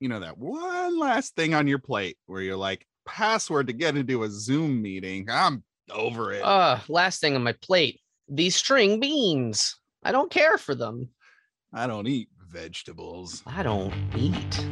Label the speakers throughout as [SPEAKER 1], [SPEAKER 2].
[SPEAKER 1] you know, that one last thing on your plate where you're like, password to get into a Zoom meeting. I'm over it.
[SPEAKER 2] Uh, last thing on my plate, these string beans. I don't care for them.
[SPEAKER 1] I don't eat vegetables.
[SPEAKER 2] I don't eat.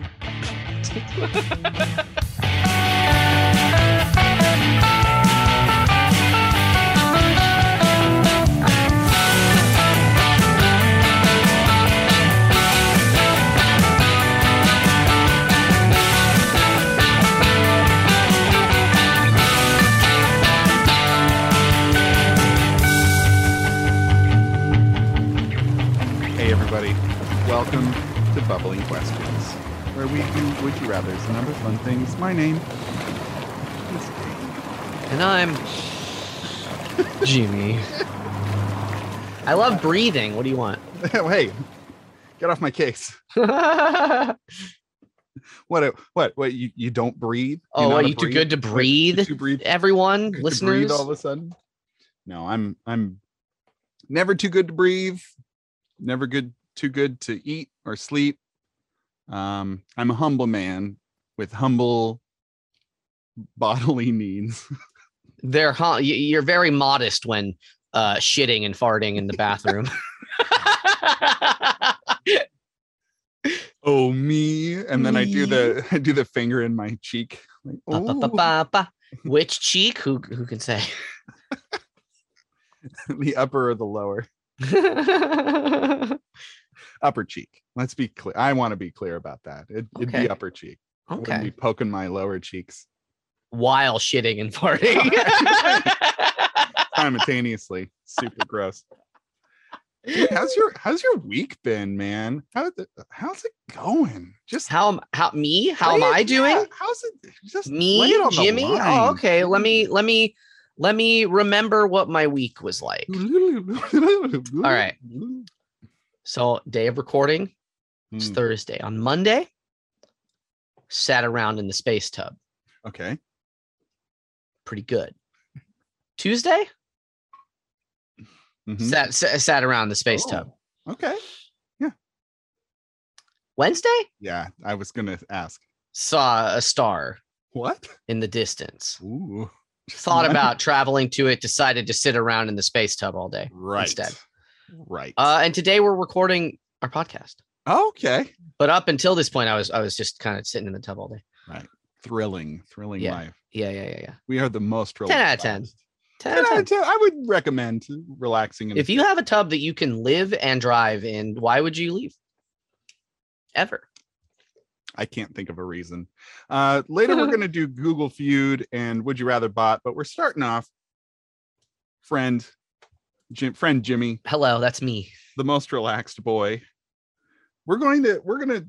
[SPEAKER 1] Hey, everybody. Welcome to Bubbling Questions, where we do Would You Rathers and other fun things. My name is Dave.
[SPEAKER 2] and I'm Jimmy. I love breathing. What do you want?
[SPEAKER 1] Oh,
[SPEAKER 2] Oh,
[SPEAKER 1] hey, get off my case. What? What? What? You, you don't breathe?
[SPEAKER 2] oh,
[SPEAKER 1] not
[SPEAKER 2] are
[SPEAKER 1] a
[SPEAKER 2] you too
[SPEAKER 1] breathe-
[SPEAKER 2] good to breathe?
[SPEAKER 1] You too breathe?
[SPEAKER 2] Everyone,
[SPEAKER 1] good to breathe
[SPEAKER 2] listeners,
[SPEAKER 1] all of a sudden? No, I'm I'm never too good to breathe, never good too good to eat or sleep. Um, I'm a humble man with humble bodily needs.
[SPEAKER 2] they're huh, you- you're very modest when uh, shitting and farting in the bathroom.
[SPEAKER 1] Oh me! And then I do the I do the finger in my cheek. Like,
[SPEAKER 2] Ba, ba, ba,
[SPEAKER 1] "Ooh."
[SPEAKER 2] ba, ba. Which cheek? Who who can say?
[SPEAKER 1] the upper or the lower
[SPEAKER 2] okay.
[SPEAKER 1] upper cheek. Let's be clear. I want to be clear about that. It, would
[SPEAKER 2] Okay.
[SPEAKER 1] be upper cheek. I Wouldn't be poking my lower cheeks
[SPEAKER 2] While shitting and farting.
[SPEAKER 1] simultaneously. Super gross. Dude, how's your how's your week been, man? How the, how's it going? Just
[SPEAKER 2] how am how me? How am
[SPEAKER 1] lay it-
[SPEAKER 2] I doing?
[SPEAKER 1] yeah, how's it? Just lay
[SPEAKER 2] Me,
[SPEAKER 1] it on the
[SPEAKER 2] Jimmy? Oh,
[SPEAKER 1] line.
[SPEAKER 2] okay. Let me let me let me remember what my week was like.
[SPEAKER 1] Mm-hmm. All
[SPEAKER 2] right. So, day of recording
[SPEAKER 1] Mm. Hmm,
[SPEAKER 2] is Thursday. On Monday, sat around in the space tub.
[SPEAKER 1] Okay.
[SPEAKER 2] Pretty good. Tuesday,
[SPEAKER 1] Mhm.
[SPEAKER 2] sat, sat sat around the space
[SPEAKER 1] Oh,
[SPEAKER 2] tub.
[SPEAKER 1] Okay.
[SPEAKER 2] Wednesday,
[SPEAKER 1] Yeah, I was gonna ask
[SPEAKER 2] saw a star
[SPEAKER 1] what?
[SPEAKER 2] in the distance.
[SPEAKER 1] Ooh. Just
[SPEAKER 2] Thought
[SPEAKER 1] one-
[SPEAKER 2] about traveling to it, decided to sit around in the space tub all day.
[SPEAKER 1] right.
[SPEAKER 2] instead.
[SPEAKER 1] Right.
[SPEAKER 2] Uh, and today we're recording our podcast.
[SPEAKER 1] okay.
[SPEAKER 2] But up until this point, I was I was just kind of sitting in the tub all day.
[SPEAKER 1] Thrilling, thrilling
[SPEAKER 2] Yeah.
[SPEAKER 1] life.
[SPEAKER 2] Yeah, yeah, yeah, yeah.
[SPEAKER 1] We are the most relaxed.
[SPEAKER 2] 10 out of 10. 10 out
[SPEAKER 1] Ten
[SPEAKER 2] of
[SPEAKER 1] out
[SPEAKER 2] 10.
[SPEAKER 1] of ten. I would recommend relaxing. in a
[SPEAKER 2] If you have a tub that you can live and drive in, why would you leave? Ever.
[SPEAKER 1] I can't think of a reason. Uh, later, we're going to do Google Feud and Would You Rather Bot, but we're starting off friend, Jim, friend Jimmy,
[SPEAKER 2] Hello, that's me.
[SPEAKER 1] the most relaxed boy. We're going to we're going to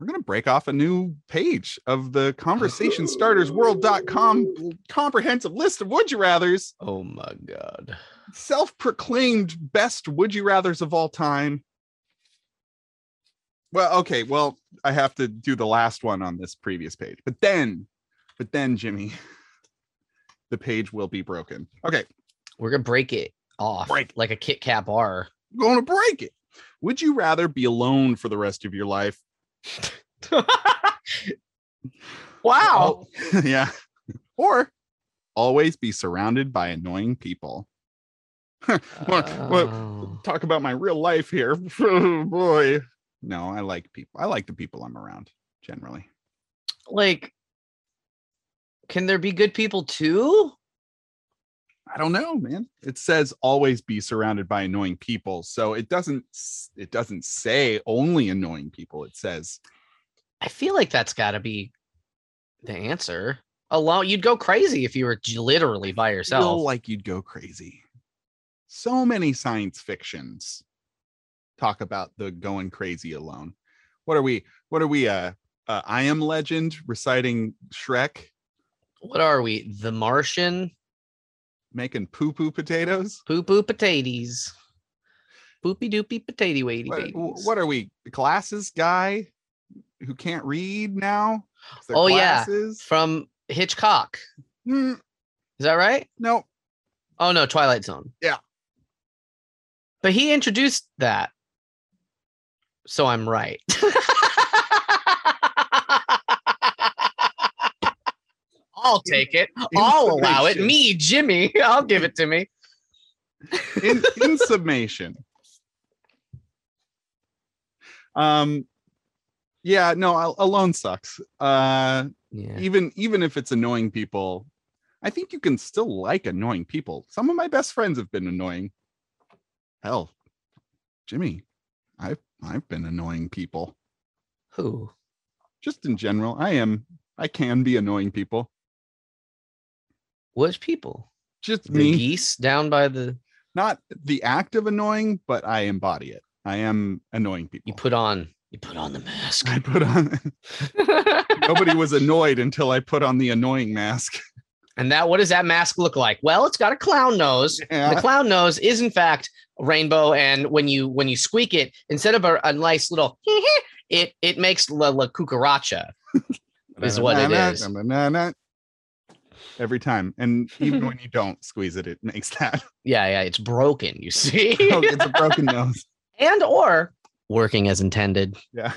[SPEAKER 1] we're going to break off a new page of the conversation starters world.com comprehensive list of would you rathers
[SPEAKER 2] Oh my god.
[SPEAKER 1] self-proclaimed best would you rathers of all time well okay well i have to do the last one on this previous page but then but then jimmy the page will be broken okay
[SPEAKER 2] We're gonna break it off
[SPEAKER 1] Break.
[SPEAKER 2] like a Kit Kat bar.
[SPEAKER 1] I'm going to break it would you rather be alone for the rest of your life
[SPEAKER 2] wow.
[SPEAKER 1] yeah or always be surrounded by annoying people What- what-
[SPEAKER 2] Oh.
[SPEAKER 1] talk about my real life here Oh, boy no i like people i like the people i'm around generally
[SPEAKER 2] Like, can there be good people too?
[SPEAKER 1] I don't know, man. It says always be surrounded by annoying people. So it doesn't s- it doesn't say only annoying people. It says
[SPEAKER 2] I feel like that's got to be the answer. Alone, you'd go crazy if you were j- literally by
[SPEAKER 1] feel
[SPEAKER 2] yourself.
[SPEAKER 1] like you'd go crazy. So many science fictions talk about the going crazy alone. What are we? What are we? Uh, uh I am legend reciting Shrek,
[SPEAKER 2] What are we? The Martian?
[SPEAKER 1] making poo poo potatoes.
[SPEAKER 2] Poo poo potatoes. Poopy doopy potato waity
[SPEAKER 1] What,
[SPEAKER 2] babies.
[SPEAKER 1] what are we? Glasses guy who can't read now? 'Cause they're
[SPEAKER 2] Oh, yeah.
[SPEAKER 1] glasses?
[SPEAKER 2] From Hitchcock.
[SPEAKER 1] Hmm,
[SPEAKER 2] Is that right?
[SPEAKER 1] no,
[SPEAKER 2] Oh no, Twilight Zone.
[SPEAKER 1] Yeah.
[SPEAKER 2] But he introduced that. So I'm right. I'll take it. I'll allow it. Me, Jimmy, I'll give it to me.
[SPEAKER 1] in, in summation um yeah no Al- alone sucks uh
[SPEAKER 2] Yeah.
[SPEAKER 1] even even if it's annoying people i think you can still like annoying people some of my best friends have been annoying hell jimmy i've i've been annoying people
[SPEAKER 2] Who?
[SPEAKER 1] just in general i am i can be annoying people
[SPEAKER 2] Which people?
[SPEAKER 1] just
[SPEAKER 2] The
[SPEAKER 1] me
[SPEAKER 2] geese down by the.
[SPEAKER 1] not the act of annoying but i embody it i am annoying people
[SPEAKER 2] You put on. You put on the mask.
[SPEAKER 1] i put on nobody was annoyed until i put on the annoying mask
[SPEAKER 2] and that. What does that mask look like? Well, it's got a clown nose. And the clown nose is in fact a rainbow, and when you when you squeak it, instead of a, a nice little, it it makes la, la cucaracha. is what it is.
[SPEAKER 1] Every time. And even when you don't squeeze it, it makes that.
[SPEAKER 2] Yeah, yeah, it's broken. You see,
[SPEAKER 1] Oh, it's a broken nose.
[SPEAKER 2] and or working as intended.
[SPEAKER 1] Yeah.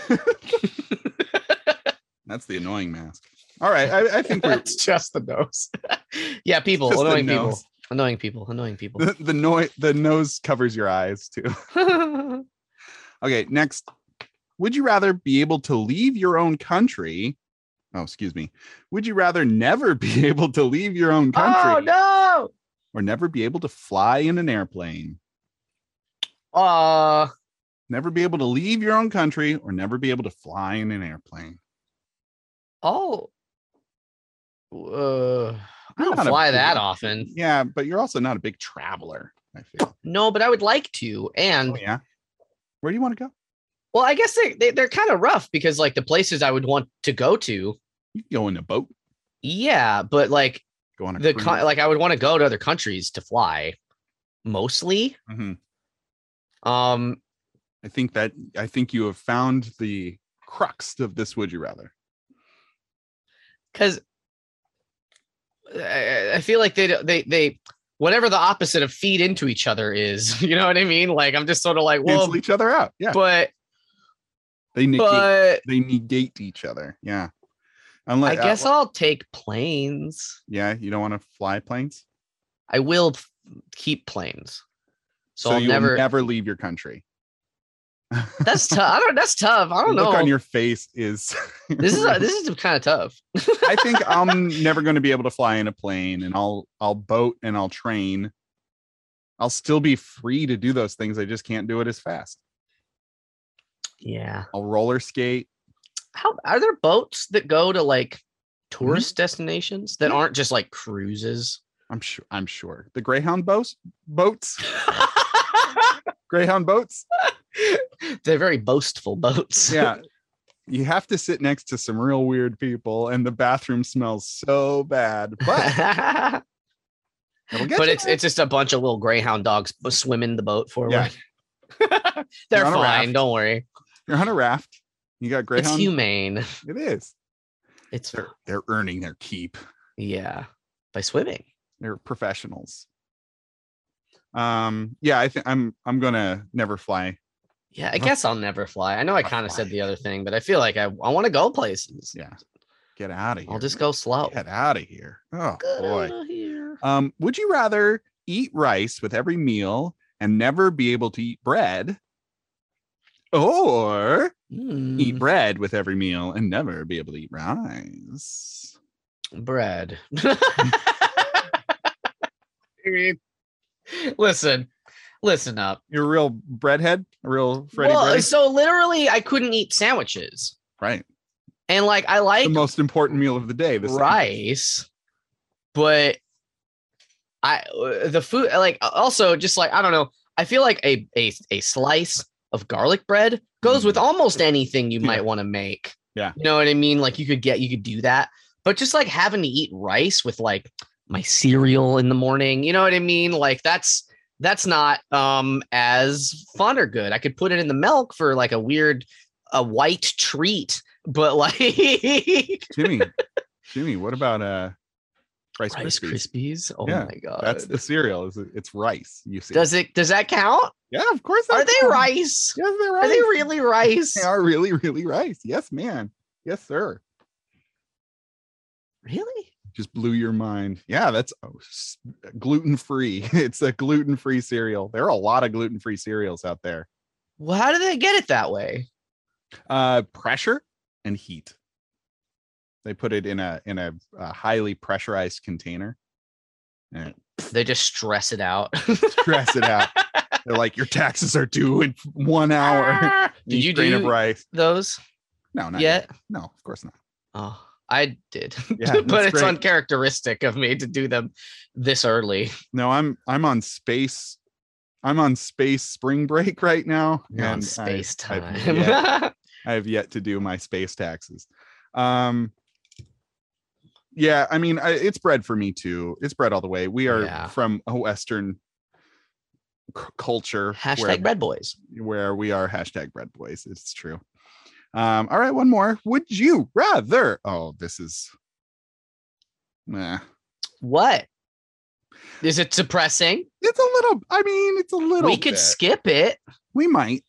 [SPEAKER 1] That's the annoying mask. All right. I, I think we're
[SPEAKER 2] That's just the nose. yeah, people,
[SPEAKER 1] Just the
[SPEAKER 2] annoying people,
[SPEAKER 1] nose.
[SPEAKER 2] annoying people, annoying people.
[SPEAKER 1] the, the noise the nose covers your eyes too. Okay, next. Would you rather be able to leave your own country? Oh, excuse me. Would you rather never be able to leave your own country
[SPEAKER 2] oh no!
[SPEAKER 1] or never be able to fly in an airplane?
[SPEAKER 2] Uh,
[SPEAKER 1] Never be able to leave your own country or never be able to fly in an airplane.
[SPEAKER 2] oh, uh, I
[SPEAKER 1] You're
[SPEAKER 2] don't
[SPEAKER 1] not a
[SPEAKER 2] fly that
[SPEAKER 1] big-
[SPEAKER 2] often.
[SPEAKER 1] Yeah, but you're also not a big traveler, I feel.
[SPEAKER 2] No, but I would like to. And
[SPEAKER 1] Oh, yeah. Where do you want to go?
[SPEAKER 2] well, I guess they, they they're kind of rough because like the places I would want to go to,
[SPEAKER 1] You can go in a boat,
[SPEAKER 2] yeah, but like
[SPEAKER 1] go on a
[SPEAKER 2] the
[SPEAKER 1] cruise.
[SPEAKER 2] con- like I would want to go to other countries to fly, mostly.
[SPEAKER 1] Mhm.
[SPEAKER 2] Um,
[SPEAKER 1] I think that I think you have found the crux of this would you rather.
[SPEAKER 2] because I, I feel like they don't- they they whatever the opposite of feed into each other is, you know what I mean? Like I'm just sort of like, well,
[SPEAKER 1] Cancel each other out. Yeah.
[SPEAKER 2] but
[SPEAKER 1] They negate
[SPEAKER 2] but
[SPEAKER 1] they negate each other. Yeah.
[SPEAKER 2] I
[SPEAKER 1] Unless
[SPEAKER 2] guess I'll take planes.
[SPEAKER 1] yeah, you don't want to fly planes.
[SPEAKER 2] I will f- keep planes. So, I'll
[SPEAKER 1] you'll
[SPEAKER 2] never.
[SPEAKER 1] never leave your country.
[SPEAKER 2] That's tough. I don't. That's tough. I don't
[SPEAKER 1] Look
[SPEAKER 2] know.
[SPEAKER 1] on your face is
[SPEAKER 2] this is this is kind of tough.
[SPEAKER 1] I think I'm never going to be able to fly in a plane and I'll I'll boat and I'll train. I'll still be free to do those things. I just can't do it as fast.
[SPEAKER 2] Yeah.
[SPEAKER 1] I'll roller skate.
[SPEAKER 2] How are there boats that go to like
[SPEAKER 1] Mm-hmm.
[SPEAKER 2] tourist destinations that aren't just like cruises?
[SPEAKER 1] I'm sure I'm sure. The Greyhound boats boats. Greyhound boats.
[SPEAKER 2] They're very boastful boats.
[SPEAKER 1] Yeah. You have to sit next to some real weird people and the bathroom smells so bad. But
[SPEAKER 2] but
[SPEAKER 1] it'll get
[SPEAKER 2] but
[SPEAKER 1] you
[SPEAKER 2] it's
[SPEAKER 1] there.
[SPEAKER 2] it's just a bunch of little greyhound dogs b- swimming the boat forward.
[SPEAKER 1] Yeah.
[SPEAKER 2] They're
[SPEAKER 1] You're on a
[SPEAKER 2] fine.
[SPEAKER 1] raft.
[SPEAKER 2] Don't worry.
[SPEAKER 1] you're on a raft. You got
[SPEAKER 2] It's
[SPEAKER 1] Greyhound.
[SPEAKER 2] humane.
[SPEAKER 1] It is.
[SPEAKER 2] It's
[SPEAKER 1] They're they're earning their keep.
[SPEAKER 2] yeah by swimming.
[SPEAKER 1] they're professionals um yeah i think i'm i'm gonna never fly
[SPEAKER 2] Yeah, I
[SPEAKER 1] Not-
[SPEAKER 2] guess I'll never fly. I know I
[SPEAKER 1] not
[SPEAKER 2] kind of said
[SPEAKER 1] fly.
[SPEAKER 2] the other thing, but I feel like I, I want to go places.
[SPEAKER 1] Yeah, get out of here
[SPEAKER 2] I'll just go slow.
[SPEAKER 1] get out of here oh
[SPEAKER 2] Get
[SPEAKER 1] boy
[SPEAKER 2] outta here.
[SPEAKER 1] um would you rather eat rice with every meal and never be able to eat bread or eat
[SPEAKER 2] Mm,
[SPEAKER 1] bread with every meal and never be able to eat rice
[SPEAKER 2] bread. listen, listen up.
[SPEAKER 1] you're a real breadhead a real freddy
[SPEAKER 2] well,
[SPEAKER 1] Bready?
[SPEAKER 2] so literally, I couldn't eat sandwiches,
[SPEAKER 1] right
[SPEAKER 2] and like I
[SPEAKER 1] the
[SPEAKER 2] like
[SPEAKER 1] most important meal of the day this
[SPEAKER 2] rice, but I uh, the food like also just like I don't know. I feel like a a a slice of garlic bread goes with
[SPEAKER 1] Mhm.
[SPEAKER 2] almost anything you
[SPEAKER 1] Yeah.
[SPEAKER 2] might want to make.
[SPEAKER 1] Yeah.
[SPEAKER 2] you know what I mean. Like you could get you could do that, but just like having to eat rice with like my cereal in the morning. You know what I mean? Like that's that's not um as fun or good. I could put it in the milk for like a weird a white treat, but like
[SPEAKER 1] jimmy jimmy what about uh rice,
[SPEAKER 2] Rice
[SPEAKER 1] Krispies?
[SPEAKER 2] Krispies. Oh
[SPEAKER 1] Yeah,
[SPEAKER 2] my god.
[SPEAKER 1] That's the cereal. Is it- It's rice. You see?
[SPEAKER 2] Does it does that count?
[SPEAKER 1] yeah, of course.
[SPEAKER 2] Are
[SPEAKER 1] that
[SPEAKER 2] they
[SPEAKER 1] counts.
[SPEAKER 2] rice?
[SPEAKER 1] Yes, they're rice.
[SPEAKER 2] Are they really rice?
[SPEAKER 1] They are really, really rice. Yes, man. Yes, sir.
[SPEAKER 2] Really?
[SPEAKER 1] just blew your mind. Yeah, that's oh, gluten free. It's a gluten free cereal. There are a lot of gluten free cereals out there.
[SPEAKER 2] Well, how do they get it that way?
[SPEAKER 1] Uh, pressure and heat. They put it in a in a, a highly pressurized container and it
[SPEAKER 2] They just stress it out.
[SPEAKER 1] stress it out. They're like, your taxes are due in one hour.
[SPEAKER 2] Did
[SPEAKER 1] Eat
[SPEAKER 2] Ah. you
[SPEAKER 1] grain of
[SPEAKER 2] do
[SPEAKER 1] rice?
[SPEAKER 2] those
[SPEAKER 1] No, not yet.
[SPEAKER 2] yet?
[SPEAKER 1] No, of course not.
[SPEAKER 2] Oh, I did.
[SPEAKER 1] Yeah,
[SPEAKER 2] but
[SPEAKER 1] that's
[SPEAKER 2] it's
[SPEAKER 1] great.
[SPEAKER 2] uncharacteristic of me to do them this early.
[SPEAKER 1] No, I'm I'm on space. I'm on space spring break right now.
[SPEAKER 2] You're on
[SPEAKER 1] and I-
[SPEAKER 2] space
[SPEAKER 1] I've
[SPEAKER 2] time.
[SPEAKER 1] yet- I have yet to do my space taxes. Um yeah, I mean, I, it's bread for me too. It's bread all the way. We are
[SPEAKER 2] Yeah.
[SPEAKER 1] from a Western c- culture
[SPEAKER 2] Hashtag
[SPEAKER 1] where,
[SPEAKER 2] Red Boys.
[SPEAKER 1] where we are hashtag bread boys. It's true. Um, all right, one more. Would you rather? Oh, this is. Nah.
[SPEAKER 2] What? Is it depressing?
[SPEAKER 1] It's a little. I mean, it's a little.
[SPEAKER 2] We could
[SPEAKER 1] bit.
[SPEAKER 2] skip it.
[SPEAKER 1] We might.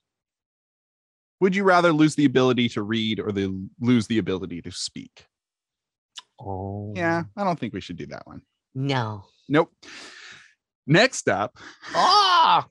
[SPEAKER 1] Would you rather lose the ability to read or the lose the ability to speak?
[SPEAKER 2] Oh.
[SPEAKER 1] Yeah, I don't think we should do that one.
[SPEAKER 2] No.
[SPEAKER 1] Nope. Next up,
[SPEAKER 2] Ah,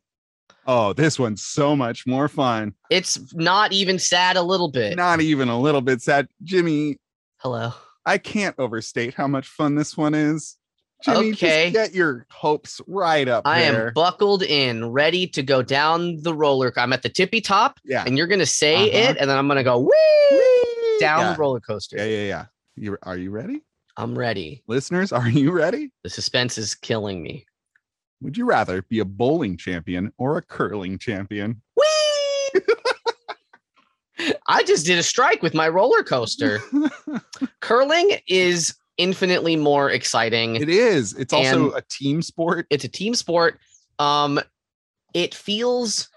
[SPEAKER 1] oh, this one's so much more fun.
[SPEAKER 2] it's not even sad a little bit.
[SPEAKER 1] Not even a little bit sad. Jimmy,
[SPEAKER 2] Hello.
[SPEAKER 1] I can't overstate how much fun this one is. Jimmy, just
[SPEAKER 2] Okay.
[SPEAKER 1] get your hopes right up
[SPEAKER 2] I
[SPEAKER 1] there.
[SPEAKER 2] am buckled in, ready to go down the roller. co- I'm at the tippy top,
[SPEAKER 1] yeah.
[SPEAKER 2] and you're gonna say
[SPEAKER 1] Uh-huh.
[SPEAKER 2] it, and then I'm gonna go whee
[SPEAKER 1] Whee!
[SPEAKER 2] down
[SPEAKER 1] yeah.
[SPEAKER 2] the roller coaster.
[SPEAKER 1] Yeah, yeah, yeah. You, are you ready?
[SPEAKER 2] I'm ready.
[SPEAKER 1] Listeners, are you ready?
[SPEAKER 2] The suspense is killing me.
[SPEAKER 1] Would you rather be a bowling champion or a curling champion?
[SPEAKER 2] Whee! I just did a strike with my roller coaster. Curling is infinitely more exciting.
[SPEAKER 1] It is. It's also
[SPEAKER 2] And-
[SPEAKER 1] a team sport.
[SPEAKER 2] it's a team sport. Um, it feels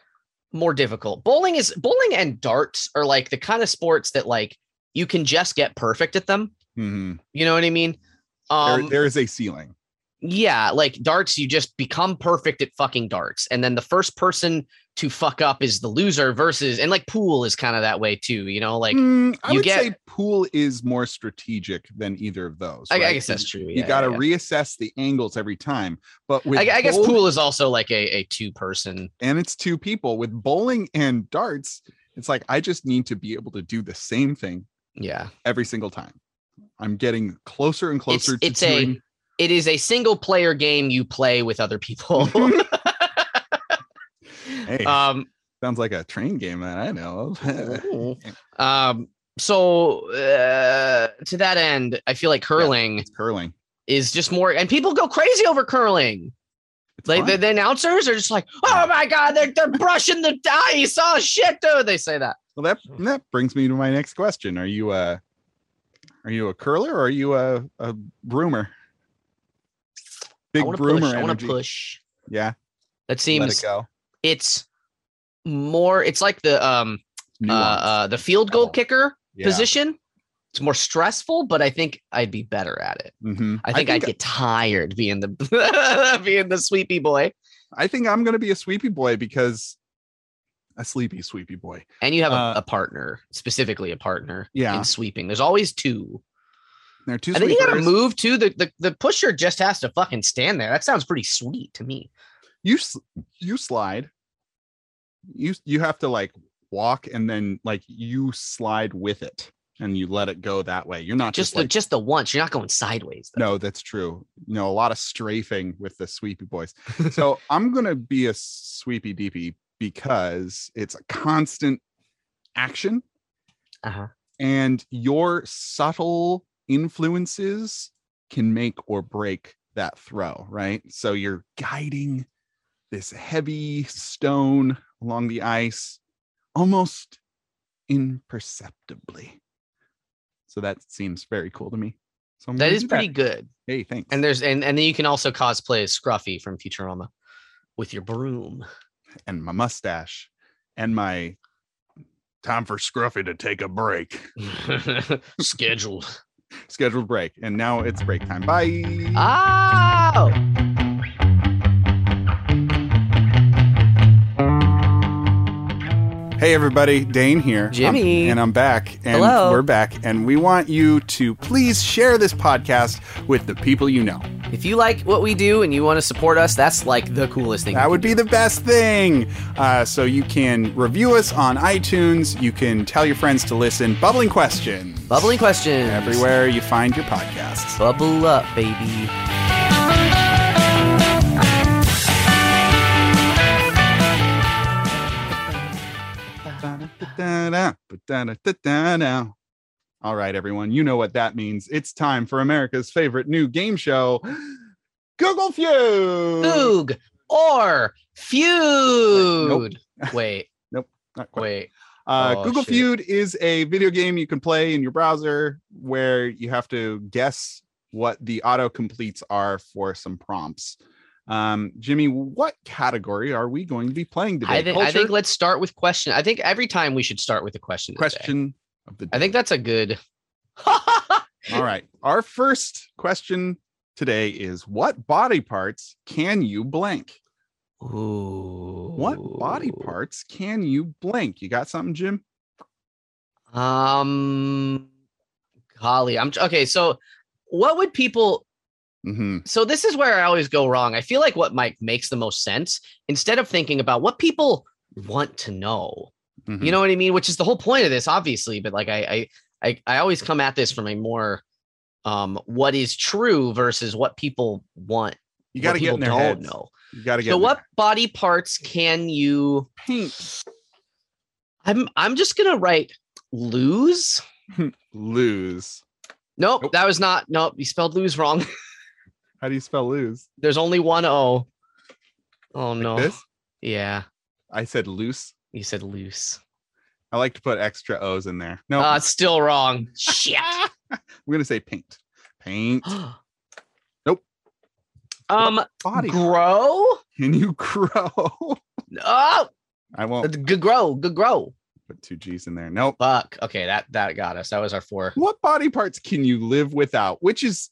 [SPEAKER 2] more difficult. Bowling is bowling and darts are like the kind of sports that like you can just get perfect at them.
[SPEAKER 1] Mhm.
[SPEAKER 2] You know what I mean?
[SPEAKER 1] There-
[SPEAKER 2] Um,
[SPEAKER 1] there is a ceiling.
[SPEAKER 2] yeah, like darts, you just become perfect at fucking darts, and then the first person to fuck up is the loser. Versus and like pool is kind of that way too. You know, like
[SPEAKER 1] Mm, I
[SPEAKER 2] you
[SPEAKER 1] would
[SPEAKER 2] get-
[SPEAKER 1] say pool is more strategic than either of those.
[SPEAKER 2] I, I
[SPEAKER 1] right?
[SPEAKER 2] guess that's true.
[SPEAKER 1] You
[SPEAKER 2] yeah,
[SPEAKER 1] got to
[SPEAKER 2] yeah, yeah.
[SPEAKER 1] reassess the angles every time. But with
[SPEAKER 2] I, I guess
[SPEAKER 1] bowl-
[SPEAKER 2] pool is also like a, a two person.
[SPEAKER 1] and it's two people with bowling and darts. It's like I just need to be able to do the same thing
[SPEAKER 2] Yeah.
[SPEAKER 1] every single time. I'm getting closer and closer to
[SPEAKER 2] it's a-
[SPEAKER 1] doing.
[SPEAKER 2] it is a single player game you play with other people.
[SPEAKER 1] Hey,
[SPEAKER 2] um,
[SPEAKER 1] sounds like a train game that I know of.
[SPEAKER 2] um, so uh, to that end, I feel like curling
[SPEAKER 1] it's curling.
[SPEAKER 2] is just more, and people go crazy over curling.
[SPEAKER 1] It's
[SPEAKER 2] Like
[SPEAKER 1] fun.
[SPEAKER 2] the, the announcers are just like, "Oh my god, they're, they're brushing the ice! Oh shit, dude!" They say that.
[SPEAKER 1] Well, that that brings me to my next question. Are you a are you a curler or are you a a broomer? Big
[SPEAKER 2] I want to
[SPEAKER 1] broomer
[SPEAKER 2] push. I want
[SPEAKER 1] energy.
[SPEAKER 2] to push.
[SPEAKER 1] Yeah,
[SPEAKER 2] That
[SPEAKER 1] let it
[SPEAKER 2] seems
[SPEAKER 1] go.
[SPEAKER 2] it's more. It's like the um uh,
[SPEAKER 1] Nuance.
[SPEAKER 2] uh the field goal
[SPEAKER 1] Oh.
[SPEAKER 2] kicker
[SPEAKER 1] Yeah.
[SPEAKER 2] position. It's more stressful, but I think I'd be better at it.
[SPEAKER 1] Mhm.
[SPEAKER 2] I think, I would get tired being the being the sweepy boy.
[SPEAKER 1] I think I'm going to be a sweepy boy because a sleepy sweepy boy.
[SPEAKER 2] And you have
[SPEAKER 1] Uh,
[SPEAKER 2] a, a partner, specifically a partner
[SPEAKER 1] Yeah,
[SPEAKER 2] in sweeping. There's always two.
[SPEAKER 1] there are two
[SPEAKER 2] And then you gotta
[SPEAKER 1] sweepers. You,
[SPEAKER 2] move too. The, the the pusher just has to fucking stand there. That sounds pretty sweet to me.
[SPEAKER 1] sl- you slide. You you have to like walk and then like you slide with it and you let it go that way. You're not just,
[SPEAKER 2] Just the
[SPEAKER 1] like
[SPEAKER 2] just the once. You're not going sideways though.
[SPEAKER 1] No, that's true. You know, a lot of strafing with the sweepy boys. So I'm gonna be a sweepy deepy because it's a constant action
[SPEAKER 2] Uh-huh.
[SPEAKER 1] and your subtle influences can make or break that throw, right? So you're guiding this heavy stone along the ice almost imperceptibly. So that seems very cool to me. So I'm
[SPEAKER 2] That
[SPEAKER 1] gonna
[SPEAKER 2] is
[SPEAKER 1] do
[SPEAKER 2] pretty good.
[SPEAKER 1] Hey, thanks.
[SPEAKER 2] And there's and, and then you can also cosplay as Scruffy from Futurama with your broom.
[SPEAKER 1] and my mustache and my time for Scruffy to take a break.
[SPEAKER 2] Scheduled.
[SPEAKER 1] Scheduled break. And now it's break time. Bye.
[SPEAKER 2] Ah. Oh.
[SPEAKER 1] Hey everybody, Dane here.
[SPEAKER 2] Jimmy.
[SPEAKER 1] I'm- and I'm back. And
[SPEAKER 2] Hello.
[SPEAKER 1] we're back. And we want you to please share this podcast with the people you know.
[SPEAKER 2] If you like what we do and you want to support us, that's like the coolest thing.
[SPEAKER 1] That would be the best thing. Uh, so you can review us on iTunes. You can tell your friends to listen. Bubbling questions.
[SPEAKER 2] Bubbling questions.
[SPEAKER 1] Everywhere you find your podcasts.
[SPEAKER 2] Bubble up, baby.
[SPEAKER 1] Ba-da-da-da-da, All right, everyone, you know what that means. It's time for America's favorite new game show, Google Feud.
[SPEAKER 2] Foog or feud. Wait,
[SPEAKER 1] Not quite.
[SPEAKER 2] wait.
[SPEAKER 1] Uh,
[SPEAKER 2] Oh,
[SPEAKER 1] Google
[SPEAKER 2] shit.
[SPEAKER 1] Feud is a video game you can play in your browser where you have to guess what the auto completes are for some prompts. Um, Jimmy, what category are we going to be playing today?
[SPEAKER 2] I think I think let's start with question. I think every time we should start with a question. of the day.
[SPEAKER 1] question of the
[SPEAKER 2] I think that's a good.
[SPEAKER 1] All right. Our first question today is what body parts can you blank?
[SPEAKER 2] Ooh.
[SPEAKER 1] What body parts can you blank? You got something, Jim?
[SPEAKER 2] Um, golly, I'm okay. So, what would people?
[SPEAKER 1] Mm-hmm.
[SPEAKER 2] So this is where I always go wrong. I feel like what might makes the most sense instead of thinking about what people want to know.
[SPEAKER 1] mm-hmm.
[SPEAKER 2] You know what I mean? Which is the whole point of this, obviously. But like, I, I, I, I always come at this from a more, um, what is true versus what people want.
[SPEAKER 1] you got to
[SPEAKER 2] what
[SPEAKER 1] get in their
[SPEAKER 2] people
[SPEAKER 1] heads.
[SPEAKER 2] know.
[SPEAKER 1] You got to get
[SPEAKER 2] So
[SPEAKER 1] in their-
[SPEAKER 2] what body parts can you?
[SPEAKER 1] paint
[SPEAKER 2] I'm, I'm just gonna write lose.
[SPEAKER 1] lose.
[SPEAKER 2] Nope,
[SPEAKER 1] Nope.
[SPEAKER 2] that was not. Nope, you spelled lose wrong.
[SPEAKER 1] How do you spell lose?
[SPEAKER 2] There's only one O. Oh no.
[SPEAKER 1] This?
[SPEAKER 2] Yeah,
[SPEAKER 1] I said loose.
[SPEAKER 2] you said loose.
[SPEAKER 1] I like to put extra O's in there. No,
[SPEAKER 2] Uh, it's still wrong. Shit.
[SPEAKER 1] we're going to say paint. Paint Nope.
[SPEAKER 2] Um,
[SPEAKER 1] body.
[SPEAKER 2] grow.
[SPEAKER 1] Can you grow?
[SPEAKER 2] Oh,
[SPEAKER 1] I won't
[SPEAKER 2] good grow, good grow.
[SPEAKER 1] put two G's in there. Nope.
[SPEAKER 2] Fuck. Okay, that that got us. That was our four.
[SPEAKER 1] What body parts can you live without? Which is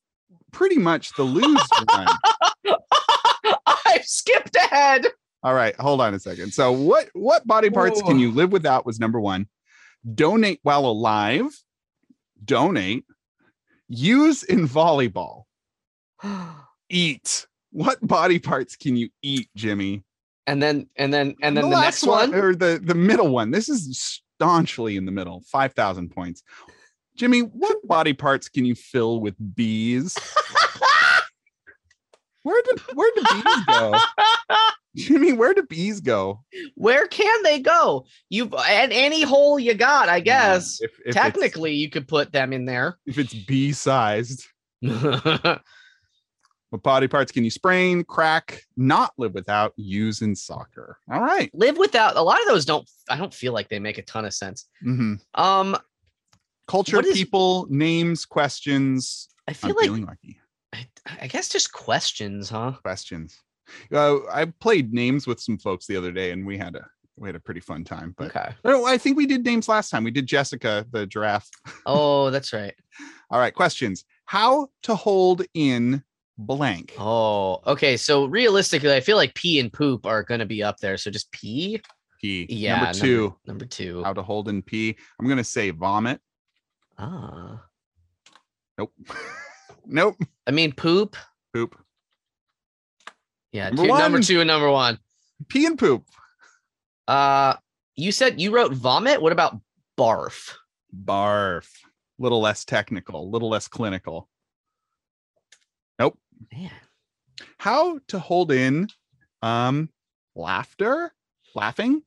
[SPEAKER 1] pretty much the lose one.
[SPEAKER 2] I skipped ahead.
[SPEAKER 1] All right, hold on a second. So what what body parts can
[SPEAKER 2] Ooh.
[SPEAKER 1] you live without was number 1. Donate while alive. Donate. Use in volleyball. Eat. What body parts can you eat, Jimmy?
[SPEAKER 2] And then and then and then the, next
[SPEAKER 1] last
[SPEAKER 2] one.
[SPEAKER 1] or the the middle one. This is staunchly in the middle. 5000 points. Jimmy, what body parts can you fill with bees? Where do where do bees go? Jimmy, where do bees go?
[SPEAKER 2] Where can they go? You and any hole you got, I guess.
[SPEAKER 1] Um, If- if it's-
[SPEAKER 2] Technically, you could put them in there.
[SPEAKER 1] if it's bee sized. What body parts can you sprain, crack, not live without, use in soccer? All right.
[SPEAKER 2] Live without a lot of those don't I don't feel like they make a ton of sense.
[SPEAKER 1] Mhm.
[SPEAKER 2] Um
[SPEAKER 1] Culture,
[SPEAKER 2] What is-
[SPEAKER 1] people, names, questions.
[SPEAKER 2] I feel
[SPEAKER 1] I'm
[SPEAKER 2] like
[SPEAKER 1] feeling lucky.
[SPEAKER 2] I, I guess just questions, huh?
[SPEAKER 1] Questions. Uh, I played names with some folks the other day, and we had a we had a pretty fun time. But
[SPEAKER 2] okay.
[SPEAKER 1] no, I think we did names last time. We did Jessica the giraffe.
[SPEAKER 2] Oh, that's right.
[SPEAKER 1] All right. Questions. How to hold in blank?
[SPEAKER 2] Oh, okay. So realistically, I feel like pee and poop are going to be up there. So just pee.
[SPEAKER 1] P.
[SPEAKER 2] Yeah.
[SPEAKER 1] Number two.
[SPEAKER 2] Number two.
[SPEAKER 1] How to hold in pee. I'm gonna say vomit.
[SPEAKER 2] Ah.
[SPEAKER 1] Nope. nope.
[SPEAKER 2] I mean, poop.
[SPEAKER 1] Poop.
[SPEAKER 2] Yeah.
[SPEAKER 1] Number
[SPEAKER 2] two- number
[SPEAKER 1] one.
[SPEAKER 2] two and number one.
[SPEAKER 1] Pee and poop.
[SPEAKER 2] Uh, you said you wrote vomit. What about barf?
[SPEAKER 1] barf a little less technical a little less clinical
[SPEAKER 2] Man.
[SPEAKER 1] how to hold in um laughter laughing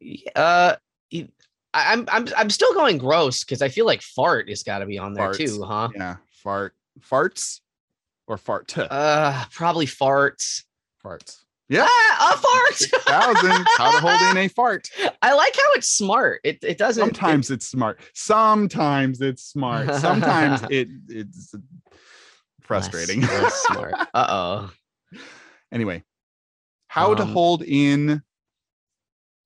[SPEAKER 2] Yeah, Uh, you- I, I'm I'm I'm still going gross because I feel like fart has got to be on there
[SPEAKER 1] Farts.
[SPEAKER 2] too, huh?
[SPEAKER 1] yeah fart farts or fart to
[SPEAKER 2] Uh, probably farts.
[SPEAKER 1] farts
[SPEAKER 2] Yeah,
[SPEAKER 1] yeah
[SPEAKER 2] a fart.
[SPEAKER 1] thousand how to hold in a fart
[SPEAKER 2] I like how it's smart. It it doesn't. it-
[SPEAKER 1] sometimes it's smart sometimes it's smart sometimes it it's frustrating
[SPEAKER 2] Less, less smart. Uh oh.
[SPEAKER 1] anyway how to
[SPEAKER 2] Um,
[SPEAKER 1] hold in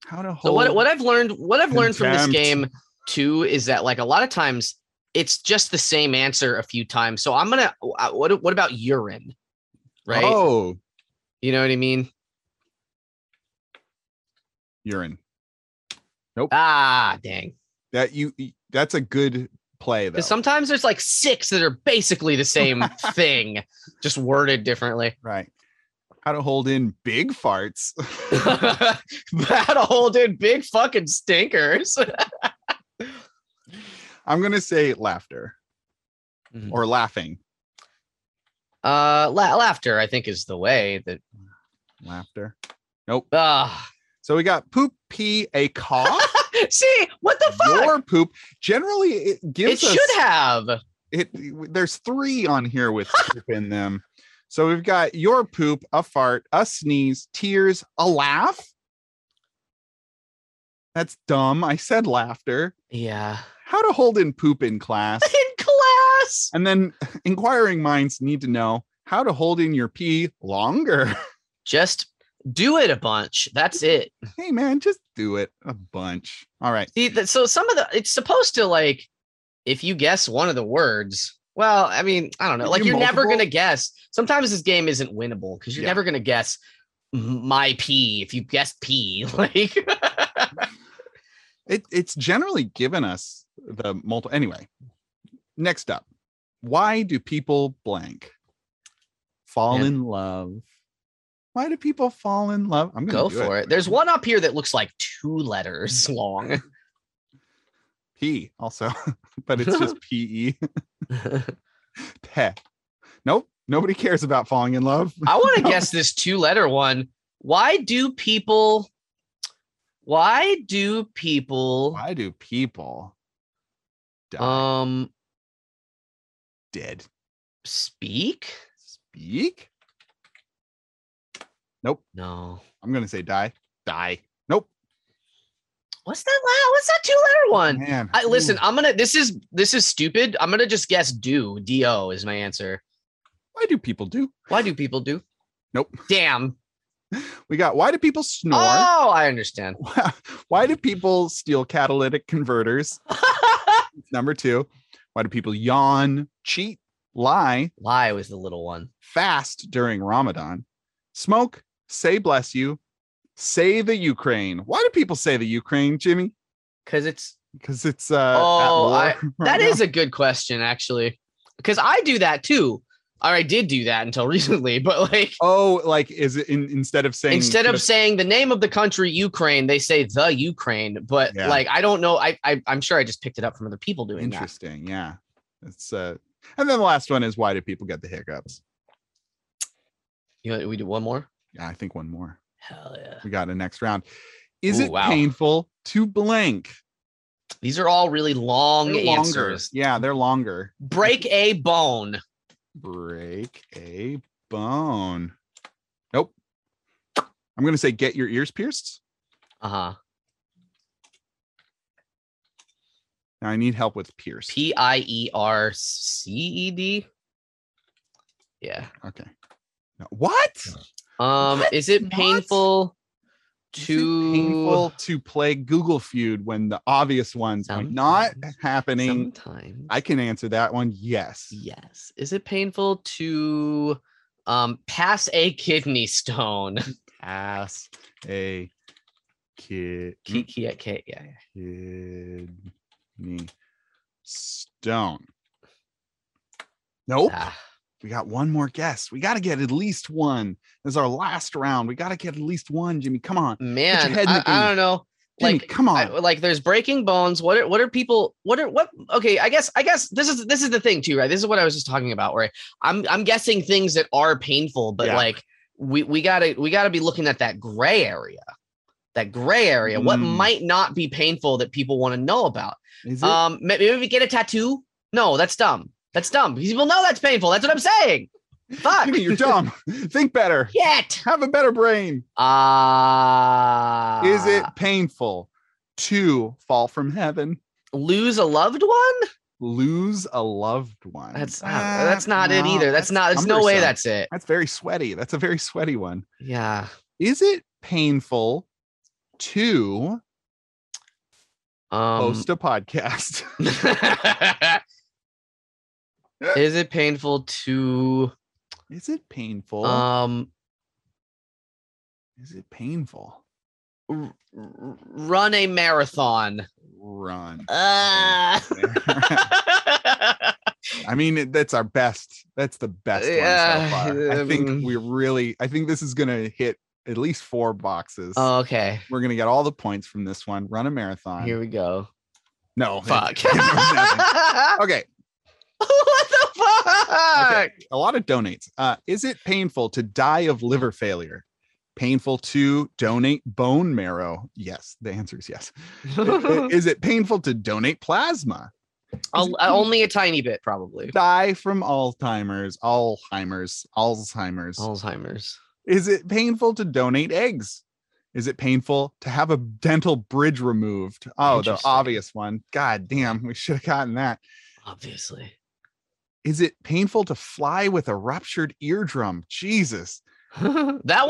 [SPEAKER 1] how to hold
[SPEAKER 2] So what what I've learned what I've learned from this
[SPEAKER 1] Contempt.
[SPEAKER 2] game too is that like a lot of times it's just the same answer a few times. So I'm gonna uh, what what about urine? Right?
[SPEAKER 1] oh
[SPEAKER 2] You know what I mean?
[SPEAKER 1] urine Nope.
[SPEAKER 2] Ah, dang.
[SPEAKER 1] That you that's a good play though.
[SPEAKER 2] Because sometimes there's like six that are basically the same thing, just worded differently.
[SPEAKER 1] right. How to hold in big farts.
[SPEAKER 2] Battle hold in big fucking stinkers. Uh,
[SPEAKER 1] I'm gonna say laughter
[SPEAKER 2] Mhm.
[SPEAKER 1] or laughing.
[SPEAKER 2] Uh, la- laughter, I think, is the way that.
[SPEAKER 1] Laughter. Nope.
[SPEAKER 2] Ah,
[SPEAKER 1] So we got poop, pee, a cough.
[SPEAKER 2] see what the Oh, fuck?
[SPEAKER 1] Your poop. Generally, it
[SPEAKER 2] it
[SPEAKER 1] gives us
[SPEAKER 2] should have.
[SPEAKER 1] it. There's three on here with poop in them. So we've got your poop, a fart, a sneeze, tears, a laugh. That's dumb. I said laughter.
[SPEAKER 2] Yeah.
[SPEAKER 1] How to hold in poop in class.
[SPEAKER 2] In class.
[SPEAKER 1] And then inquiring minds need to know how to hold in your pee longer.
[SPEAKER 2] Just do it a bunch. That's it.
[SPEAKER 1] hey, man, just do it a bunch. All right.
[SPEAKER 2] See, th- so some of the it's supposed to like if you guess one of the words. Well, I mean, I don't know.
[SPEAKER 1] You
[SPEAKER 2] Like
[SPEAKER 1] do
[SPEAKER 2] you're never
[SPEAKER 1] multiple?
[SPEAKER 2] gonna guess. Sometimes this game isn't winnable because you're
[SPEAKER 1] Yeah.
[SPEAKER 2] never gonna guess m- my P if you guessed P. Like
[SPEAKER 1] It, it's generally given us the multiple. Anyway, next up. Why do people blank? Fall
[SPEAKER 2] Man.
[SPEAKER 1] in love. Why do people fall in love? I'm
[SPEAKER 2] go
[SPEAKER 1] going to
[SPEAKER 2] for it. There's one up here that looks like two letters long.
[SPEAKER 1] P also, but it's just PE. Peh. Nope. Nobody cares about falling in love.
[SPEAKER 2] I want to guess this two letter one. Why do people why do people
[SPEAKER 1] Why do people die?
[SPEAKER 2] um
[SPEAKER 1] dead
[SPEAKER 2] speak?
[SPEAKER 1] speak
[SPEAKER 2] No.
[SPEAKER 1] i'm gonna say die die nope
[SPEAKER 2] What's that? la- What's that two letter one?
[SPEAKER 1] man
[SPEAKER 2] I listen.
[SPEAKER 1] Ooh.
[SPEAKER 2] I'm gonna. This is this is stupid. I'm gonna just guess do. D O is my answer.
[SPEAKER 1] why do people do
[SPEAKER 2] Why do people do?
[SPEAKER 1] Nope.
[SPEAKER 2] Damn.
[SPEAKER 1] we got why do people snore
[SPEAKER 2] Oh, I understand.
[SPEAKER 1] why do people steal catalytic converters number two why do people yawn cheat lie
[SPEAKER 2] Lie was the little one.
[SPEAKER 1] fast during ramadan smoke say bless you say the ukraine why do people say the ukraine jimmy
[SPEAKER 2] Cause it's
[SPEAKER 1] because it's uh
[SPEAKER 2] Oh, I-
[SPEAKER 1] at war right
[SPEAKER 2] that
[SPEAKER 1] now.
[SPEAKER 2] is a good question actually. Because I do that too. Or I did do that until recently. But like
[SPEAKER 1] oh like is it in, instead of saying
[SPEAKER 2] instead of
[SPEAKER 1] just-
[SPEAKER 2] saying the name of the country Ukraine, they say the Ukraine. But
[SPEAKER 1] Yeah.
[SPEAKER 2] like I don't know. I, I I'm sure I just picked it up from other people doing that.
[SPEAKER 1] Interesting. Yeah. It's uh and then the last one is why do people get the hiccups?
[SPEAKER 2] You know, we do one more.
[SPEAKER 1] Yeah, I think one more.
[SPEAKER 2] Hell yeah.
[SPEAKER 1] We got a next round. Is
[SPEAKER 2] Ooh,
[SPEAKER 1] it
[SPEAKER 2] wow.
[SPEAKER 1] painful to blank?
[SPEAKER 2] These are all really long
[SPEAKER 1] They're longer.
[SPEAKER 2] answers.
[SPEAKER 1] Yeah, they're longer.
[SPEAKER 2] Break a bone.
[SPEAKER 1] Break a bone. Nope. I'm gonna say get your ears pierced.
[SPEAKER 2] Uh huh.
[SPEAKER 1] Now I need help with pierce.
[SPEAKER 2] P I E R C E D. Yeah.
[SPEAKER 1] Okay. No. What?
[SPEAKER 2] Um.
[SPEAKER 1] What?
[SPEAKER 2] Is it
[SPEAKER 1] What?
[SPEAKER 2] painful
[SPEAKER 1] Is it
[SPEAKER 2] to
[SPEAKER 1] painful to play Google feud when the obvious ones are not
[SPEAKER 2] Sometimes.
[SPEAKER 1] happening.
[SPEAKER 2] sometimes?
[SPEAKER 1] I can answer that one. Yes.
[SPEAKER 2] yes. Is it painful to um pass a kidney stone?
[SPEAKER 1] Mm-hmm. ass a kid
[SPEAKER 2] K- K- K- yeah. yeah.
[SPEAKER 1] kidney stone. Nope.
[SPEAKER 2] Ah,
[SPEAKER 1] We got one more guess. We got to get at least one. This is our last round. We got to get at least one, Jimmy. Come on.
[SPEAKER 2] man,
[SPEAKER 1] head in
[SPEAKER 2] I,
[SPEAKER 1] the
[SPEAKER 2] I
[SPEAKER 1] game.
[SPEAKER 2] don't know.
[SPEAKER 1] Jimmy,
[SPEAKER 2] Like,
[SPEAKER 1] come on.
[SPEAKER 2] I- like there's breaking bones what are what are people what are what okay i guess i guess this is this is the thing too right this is what i was just talking about where i'm i'm guessing things that are painful but
[SPEAKER 1] Yeah.
[SPEAKER 2] like we we gotta we gotta be looking at that gray area that gray area what
[SPEAKER 1] Mm.
[SPEAKER 2] might not be painful that people want to know about
[SPEAKER 1] is it?
[SPEAKER 2] um may- maybe get a tattoo no that's dumb that's dumb because people know that's painful that's what i'm saying fuck
[SPEAKER 1] Jimmy, you're dumb. Think better.
[SPEAKER 2] yet
[SPEAKER 1] Have a better brain.
[SPEAKER 2] uh
[SPEAKER 1] is it painful to fall from heaven?
[SPEAKER 2] lose a loved one
[SPEAKER 1] Lose a loved one.
[SPEAKER 2] That's not,
[SPEAKER 1] Ah,
[SPEAKER 2] that's not it
[SPEAKER 1] no,
[SPEAKER 2] either. That's, not. There's no way
[SPEAKER 1] cumbersome.
[SPEAKER 2] that's it.
[SPEAKER 1] That's very sweaty. That's a very sweaty one.
[SPEAKER 2] Yeah.
[SPEAKER 1] Is it painful to
[SPEAKER 2] Um,
[SPEAKER 1] host a podcast?
[SPEAKER 2] is it painful to uh,
[SPEAKER 1] Is it painful?
[SPEAKER 2] um
[SPEAKER 1] Is it painful?
[SPEAKER 2] r- r- run a marathon.
[SPEAKER 1] Run.
[SPEAKER 2] Uh.
[SPEAKER 1] I mean, it- that's our best. That's the best one
[SPEAKER 2] Yeah,
[SPEAKER 1] so far. I think
[SPEAKER 2] um,
[SPEAKER 1] we really. I think this is gonna hit at least four boxes.
[SPEAKER 2] Uh, okay,
[SPEAKER 1] We're gonna get all the points from this one. Run a marathon.
[SPEAKER 2] here we go.
[SPEAKER 1] no.
[SPEAKER 2] Fuck.
[SPEAKER 1] Nothing.
[SPEAKER 2] what
[SPEAKER 1] okay.
[SPEAKER 2] the fuck?
[SPEAKER 1] Okay. A lot of donates. Uh, is it painful to die of liver failure? Painful to donate bone marrow? Yes. The answer is yes. is it painful to donate plasma?
[SPEAKER 2] A- a- only a tiny bit, probably.
[SPEAKER 1] Die from Alzheimer's, Alzheimer's, Alzheimer's.
[SPEAKER 2] Oh. Alzheimer's.
[SPEAKER 1] Is it painful to donate eggs? Is it painful to have a dental bridge removed? Oh, the
[SPEAKER 2] Interesting.
[SPEAKER 1] obvious one. God damn, we should have gotten that.
[SPEAKER 2] Obviously.
[SPEAKER 1] Is it painful to fly with a ruptured eardrum? Jesus.
[SPEAKER 2] that one, that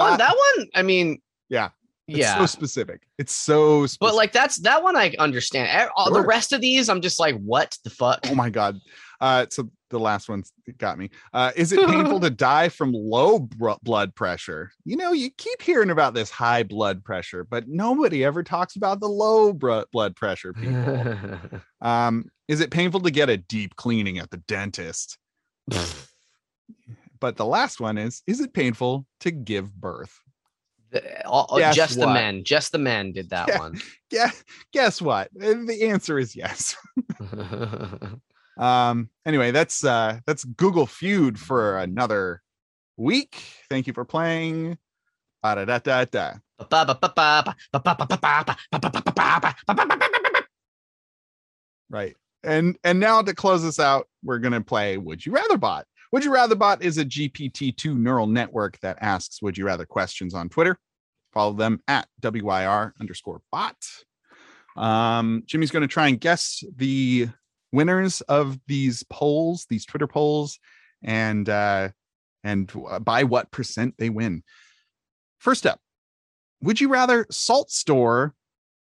[SPEAKER 2] one, I mean,
[SPEAKER 1] Yeah. It's
[SPEAKER 2] Yeah.
[SPEAKER 1] so specific. It's so specific.
[SPEAKER 2] but like that's that one I understand. E- All the
[SPEAKER 1] Sure.
[SPEAKER 2] rest of these, I'm just like, what the fuck?
[SPEAKER 1] oh my god. Uh, so the last one got me. Uh, is it painful to die from low br- blood pressure? You know, you keep hearing about this high blood pressure, but nobody ever talks about the low br- blood pressure. People. Um, is it painful to get a deep cleaning at the dentist? But the last one is, is it painful to give birth?
[SPEAKER 2] The- all- all-
[SPEAKER 1] Guess
[SPEAKER 2] just
[SPEAKER 1] what?
[SPEAKER 2] the men, just the men did that
[SPEAKER 1] Yeah.
[SPEAKER 2] one.
[SPEAKER 1] Yeah, guess what? Uh, The answer is yes. Um, anyway, that's uh that's Google Feud for another week. Thank you for playing. Ba-da-da-da-da. Right. And and now to close this out, we're gonna play Would You Rather Bot. Would You Rather Bot is a GPT-2 neural network that asks Would You Rather questions on Twitter. Follow them at WYR underscore bot. Um, Jimmy's gonna try and guess the winners of these polls, these Twitter polls, and uh and uh, by what percent they win. First up, would you rather salt store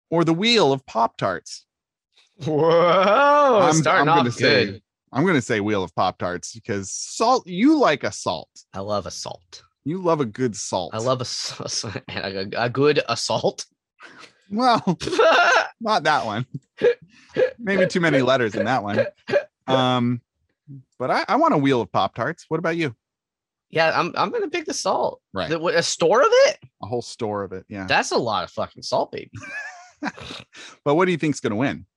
[SPEAKER 1] or the wheel of Pop Tarts?
[SPEAKER 2] Whoa, Oh, starting
[SPEAKER 1] gonna
[SPEAKER 2] off good.
[SPEAKER 1] Say, I'm going to say wheel of Pop Tarts because salt, you like a salt.
[SPEAKER 2] I love assault.
[SPEAKER 1] You love a good salt.
[SPEAKER 2] I love ass- a, a good assault.
[SPEAKER 1] Well, not that one. Maybe too many letters in that one. Um, but I, I want a wheel of Pop Tarts. What about you?
[SPEAKER 2] yeah, I'm I'm gonna pick the salt.
[SPEAKER 1] Right.
[SPEAKER 2] The- what, a store of it?
[SPEAKER 1] A whole store of it. Yeah.
[SPEAKER 2] That's a lot of fucking salt, baby.
[SPEAKER 1] But what do you think's going to win?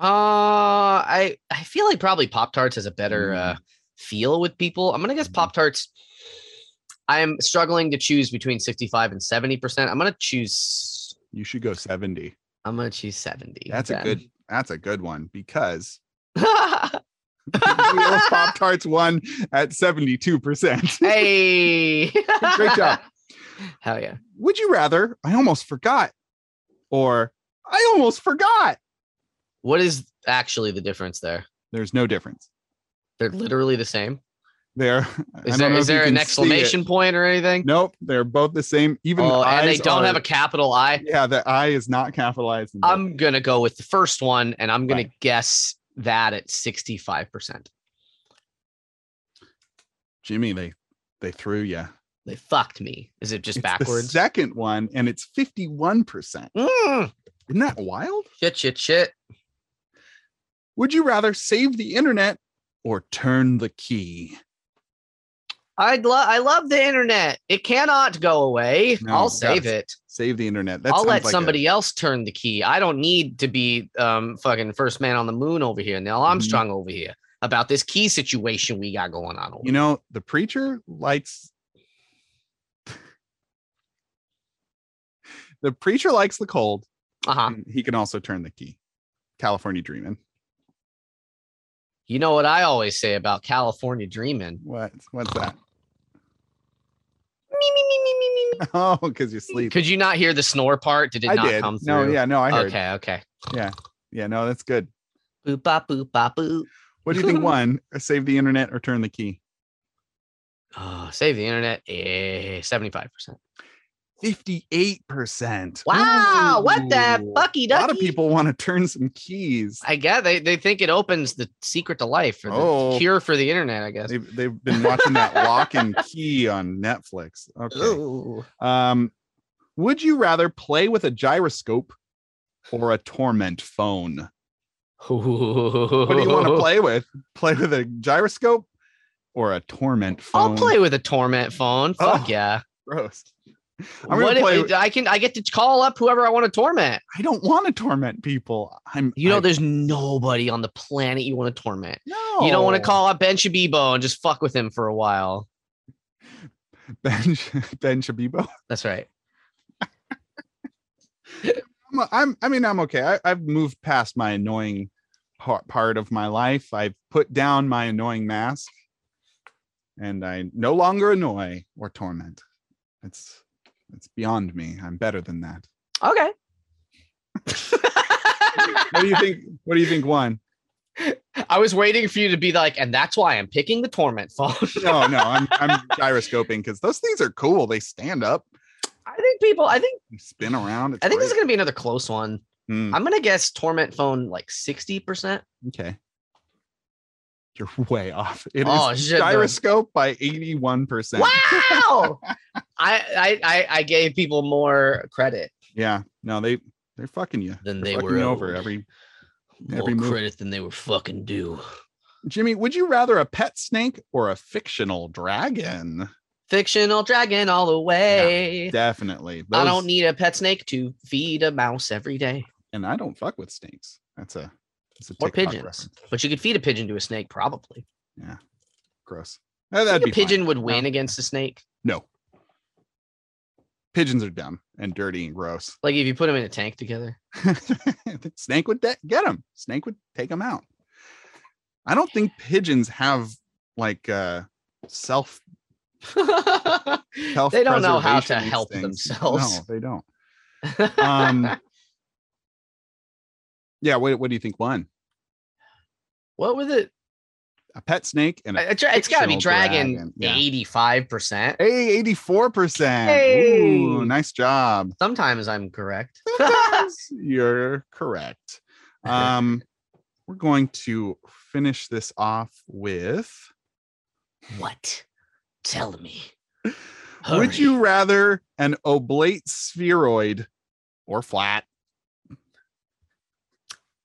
[SPEAKER 2] Uh, I I feel like probably Pop Tarts has a better
[SPEAKER 1] Mm.
[SPEAKER 2] uh, feel with people. I'm gonna guess
[SPEAKER 1] Mhm.
[SPEAKER 2] Pop Tarts. I'm struggling to choose between 65 and 70 percent. I'm gonna choose.
[SPEAKER 1] You should go 70.
[SPEAKER 2] I'm gonna choose 70.
[SPEAKER 1] That's a good that's a good one because
[SPEAKER 2] good.
[SPEAKER 1] wheel of Pop Tarts won at 72%.
[SPEAKER 2] hey,
[SPEAKER 1] Great job.
[SPEAKER 2] Hell yeah.
[SPEAKER 1] Would you rather? I almost forgot. Or I almost forgot.
[SPEAKER 2] What is actually the difference there?
[SPEAKER 1] There's no difference.
[SPEAKER 2] They're literally the same.
[SPEAKER 1] They're
[SPEAKER 2] Is there is there an exclamation point or anything?
[SPEAKER 1] Nope, they're both the same. Even the
[SPEAKER 2] oh, and they
[SPEAKER 1] eyes
[SPEAKER 2] don't
[SPEAKER 1] are-
[SPEAKER 2] have a Um, capital I.
[SPEAKER 1] yeah. The I is not capitalized. in both.
[SPEAKER 2] I'm gonna go with the first one, and I'm gonna
[SPEAKER 1] Right.
[SPEAKER 2] guess that at 65 percent.
[SPEAKER 1] Jimmy, they they threw you
[SPEAKER 2] They fucked me. Is it just
[SPEAKER 1] The
[SPEAKER 2] backwards?
[SPEAKER 1] second one, and it's fifty one percent.
[SPEAKER 2] Mm.
[SPEAKER 1] Isn't that wild?
[SPEAKER 2] Shit, shit, shit.
[SPEAKER 1] Would you rather save the internet or turn the key?
[SPEAKER 2] I love I love the internet. It cannot go away.
[SPEAKER 1] No,
[SPEAKER 2] I'll
[SPEAKER 1] you gotta
[SPEAKER 2] save it.
[SPEAKER 1] Save the internet. That
[SPEAKER 2] I'll
[SPEAKER 1] sounds
[SPEAKER 2] let
[SPEAKER 1] like a-
[SPEAKER 2] somebody else turn the key. I don't need to be um fucking first man on the moon over here,
[SPEAKER 1] Mm-hmm.
[SPEAKER 2] Neil Armstrong over here about this key situation we got going on. Over
[SPEAKER 1] you know, the preacher likes. the preacher likes the cold.
[SPEAKER 2] uh-huh.
[SPEAKER 1] and He can also turn the key. California dreaming.
[SPEAKER 2] You know what I always say about California dreaming?
[SPEAKER 1] What? What's that?
[SPEAKER 2] Me, me, me, me, me, me,
[SPEAKER 1] Oh, because you
[SPEAKER 2] me.
[SPEAKER 1] sleep.
[SPEAKER 2] Could you not hear the snore part? Did it
[SPEAKER 1] I
[SPEAKER 2] not
[SPEAKER 1] did.
[SPEAKER 2] come through?
[SPEAKER 1] No, yeah, no, I heard.
[SPEAKER 2] Okay, okay.
[SPEAKER 1] Yeah, no, that's good.
[SPEAKER 2] Boop, bop, boop, bop, boop.
[SPEAKER 1] What do you think? One, save the internet or turn the key?
[SPEAKER 2] Oh, save the internet. Eh, 75%.
[SPEAKER 1] Fifty-eight percent.
[SPEAKER 2] Wow, what the fucky
[SPEAKER 1] A lot of
[SPEAKER 2] ducky?
[SPEAKER 1] people want to turn some keys.
[SPEAKER 2] I guess they, they think it opens the secret to life or the
[SPEAKER 1] Oh.
[SPEAKER 2] cure for the internet, I guess.
[SPEAKER 1] They've, they've been watching that lock and key on Netflix. Okay.
[SPEAKER 2] Ooh.
[SPEAKER 1] Um, Would you rather play with a gyroscope or a torment phone? What
[SPEAKER 2] what
[SPEAKER 1] do you want to play with? Play with a gyroscope or a torment phone?
[SPEAKER 2] I'll play with a torment phone. Fuck
[SPEAKER 1] Oh,
[SPEAKER 2] yeah.
[SPEAKER 1] Gross. I'm gonna
[SPEAKER 2] What if-
[SPEAKER 1] play with-
[SPEAKER 2] I can I get to call up whoever I want to torment.
[SPEAKER 1] I don't want to torment people. I'm.
[SPEAKER 2] You know,
[SPEAKER 1] I,
[SPEAKER 2] there's nobody on the planet you want to torment.
[SPEAKER 1] no.
[SPEAKER 2] You don't want to call up Ben Shabibo and just fuck with him for a while.
[SPEAKER 1] Ben Ben Shabibo.
[SPEAKER 2] That's right.
[SPEAKER 1] I'm, I'm I mean I'm okay. I, I've moved past my annoying part, part of my life. I've put down my annoying mask and I no longer annoy or torment. It's it's beyond me. I'm better than that.
[SPEAKER 2] Okay.
[SPEAKER 1] What do you think? what do you think one?
[SPEAKER 2] I was waiting for you to be like, and that's why I'm picking the torment phone.
[SPEAKER 1] No, no, I'm I'm gyroscoping because those things are cool. They stand up,
[SPEAKER 2] I think people I think
[SPEAKER 1] they spin around. It's
[SPEAKER 2] I think this is
[SPEAKER 1] great.
[SPEAKER 2] gonna be another close one.
[SPEAKER 1] Hmm,
[SPEAKER 2] I'm gonna guess torment phone like 60%.
[SPEAKER 1] okay. You're way off. It is
[SPEAKER 2] Oh, shit, dude.
[SPEAKER 1] gyroscope by 81%.
[SPEAKER 2] Wow. I, I I I gave people more credit
[SPEAKER 1] Yeah. No, they they're fucking you.
[SPEAKER 2] than
[SPEAKER 1] They're
[SPEAKER 2] they
[SPEAKER 1] fucking
[SPEAKER 2] were
[SPEAKER 1] you over
[SPEAKER 2] owed.
[SPEAKER 1] every
[SPEAKER 2] more
[SPEAKER 1] every move.
[SPEAKER 2] credit than they were fucking due.
[SPEAKER 1] Jimmy, would you rather a pet snake or a fictional dragon?
[SPEAKER 2] Fictional dragon all the way.
[SPEAKER 1] Definitely.
[SPEAKER 2] I
[SPEAKER 1] Those-
[SPEAKER 2] don't need a pet snake to feed a mouse every day
[SPEAKER 1] and I don't fuck with snakes. That's a that's a
[SPEAKER 2] or
[SPEAKER 1] TikTok
[SPEAKER 2] pigeons,
[SPEAKER 1] reference.
[SPEAKER 2] but you could feed a pigeon to a snake probably.
[SPEAKER 1] Gross. Eh,
[SPEAKER 2] I
[SPEAKER 1] That'd
[SPEAKER 2] think
[SPEAKER 1] be
[SPEAKER 2] a
[SPEAKER 1] fine.
[SPEAKER 2] pigeon would win against a snake.
[SPEAKER 1] No. Pigeons are dumb and dirty and gross.
[SPEAKER 2] Like if you put them in a tank together.
[SPEAKER 1] snake would de- get them. Snake would take them out. I don't think pigeons have like uh self
[SPEAKER 2] they don't know how to
[SPEAKER 1] self-preservation
[SPEAKER 2] help
[SPEAKER 1] instincts.
[SPEAKER 2] themselves.
[SPEAKER 1] No, they don't. Um, yeah. What, what do you think? One,
[SPEAKER 2] what was it?
[SPEAKER 1] a pet snake and
[SPEAKER 2] I-
[SPEAKER 1] a
[SPEAKER 2] I- It's got to be
[SPEAKER 1] Fictional
[SPEAKER 2] dragon
[SPEAKER 1] dragon, yeah.
[SPEAKER 2] eighty-five percent.
[SPEAKER 1] hey, 84%.
[SPEAKER 2] Hey.
[SPEAKER 1] Ooh, nice job.
[SPEAKER 2] Sometimes I'm correct.
[SPEAKER 1] You're correct. Um, we're going to finish this off with
[SPEAKER 2] what? Tell me.
[SPEAKER 1] Would
[SPEAKER 2] Hurry.
[SPEAKER 1] you rather an oblate spheroid or flat?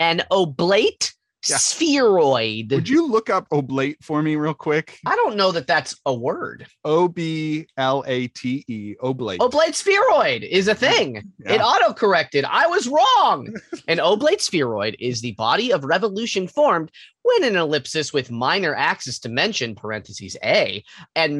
[SPEAKER 2] an oblate
[SPEAKER 1] Yeah.
[SPEAKER 2] spheroid?
[SPEAKER 1] Would you look up oblate for me real quick?
[SPEAKER 2] I don't know that that's a word.
[SPEAKER 1] O B L A T E, oblate.
[SPEAKER 2] Oblate spheroid is a thing. It
[SPEAKER 1] Yeah.
[SPEAKER 2] autocorrected. I was wrong. an oblate spheroid is the body of revolution formed when an ellipsis with minor axis dimension parentheses A and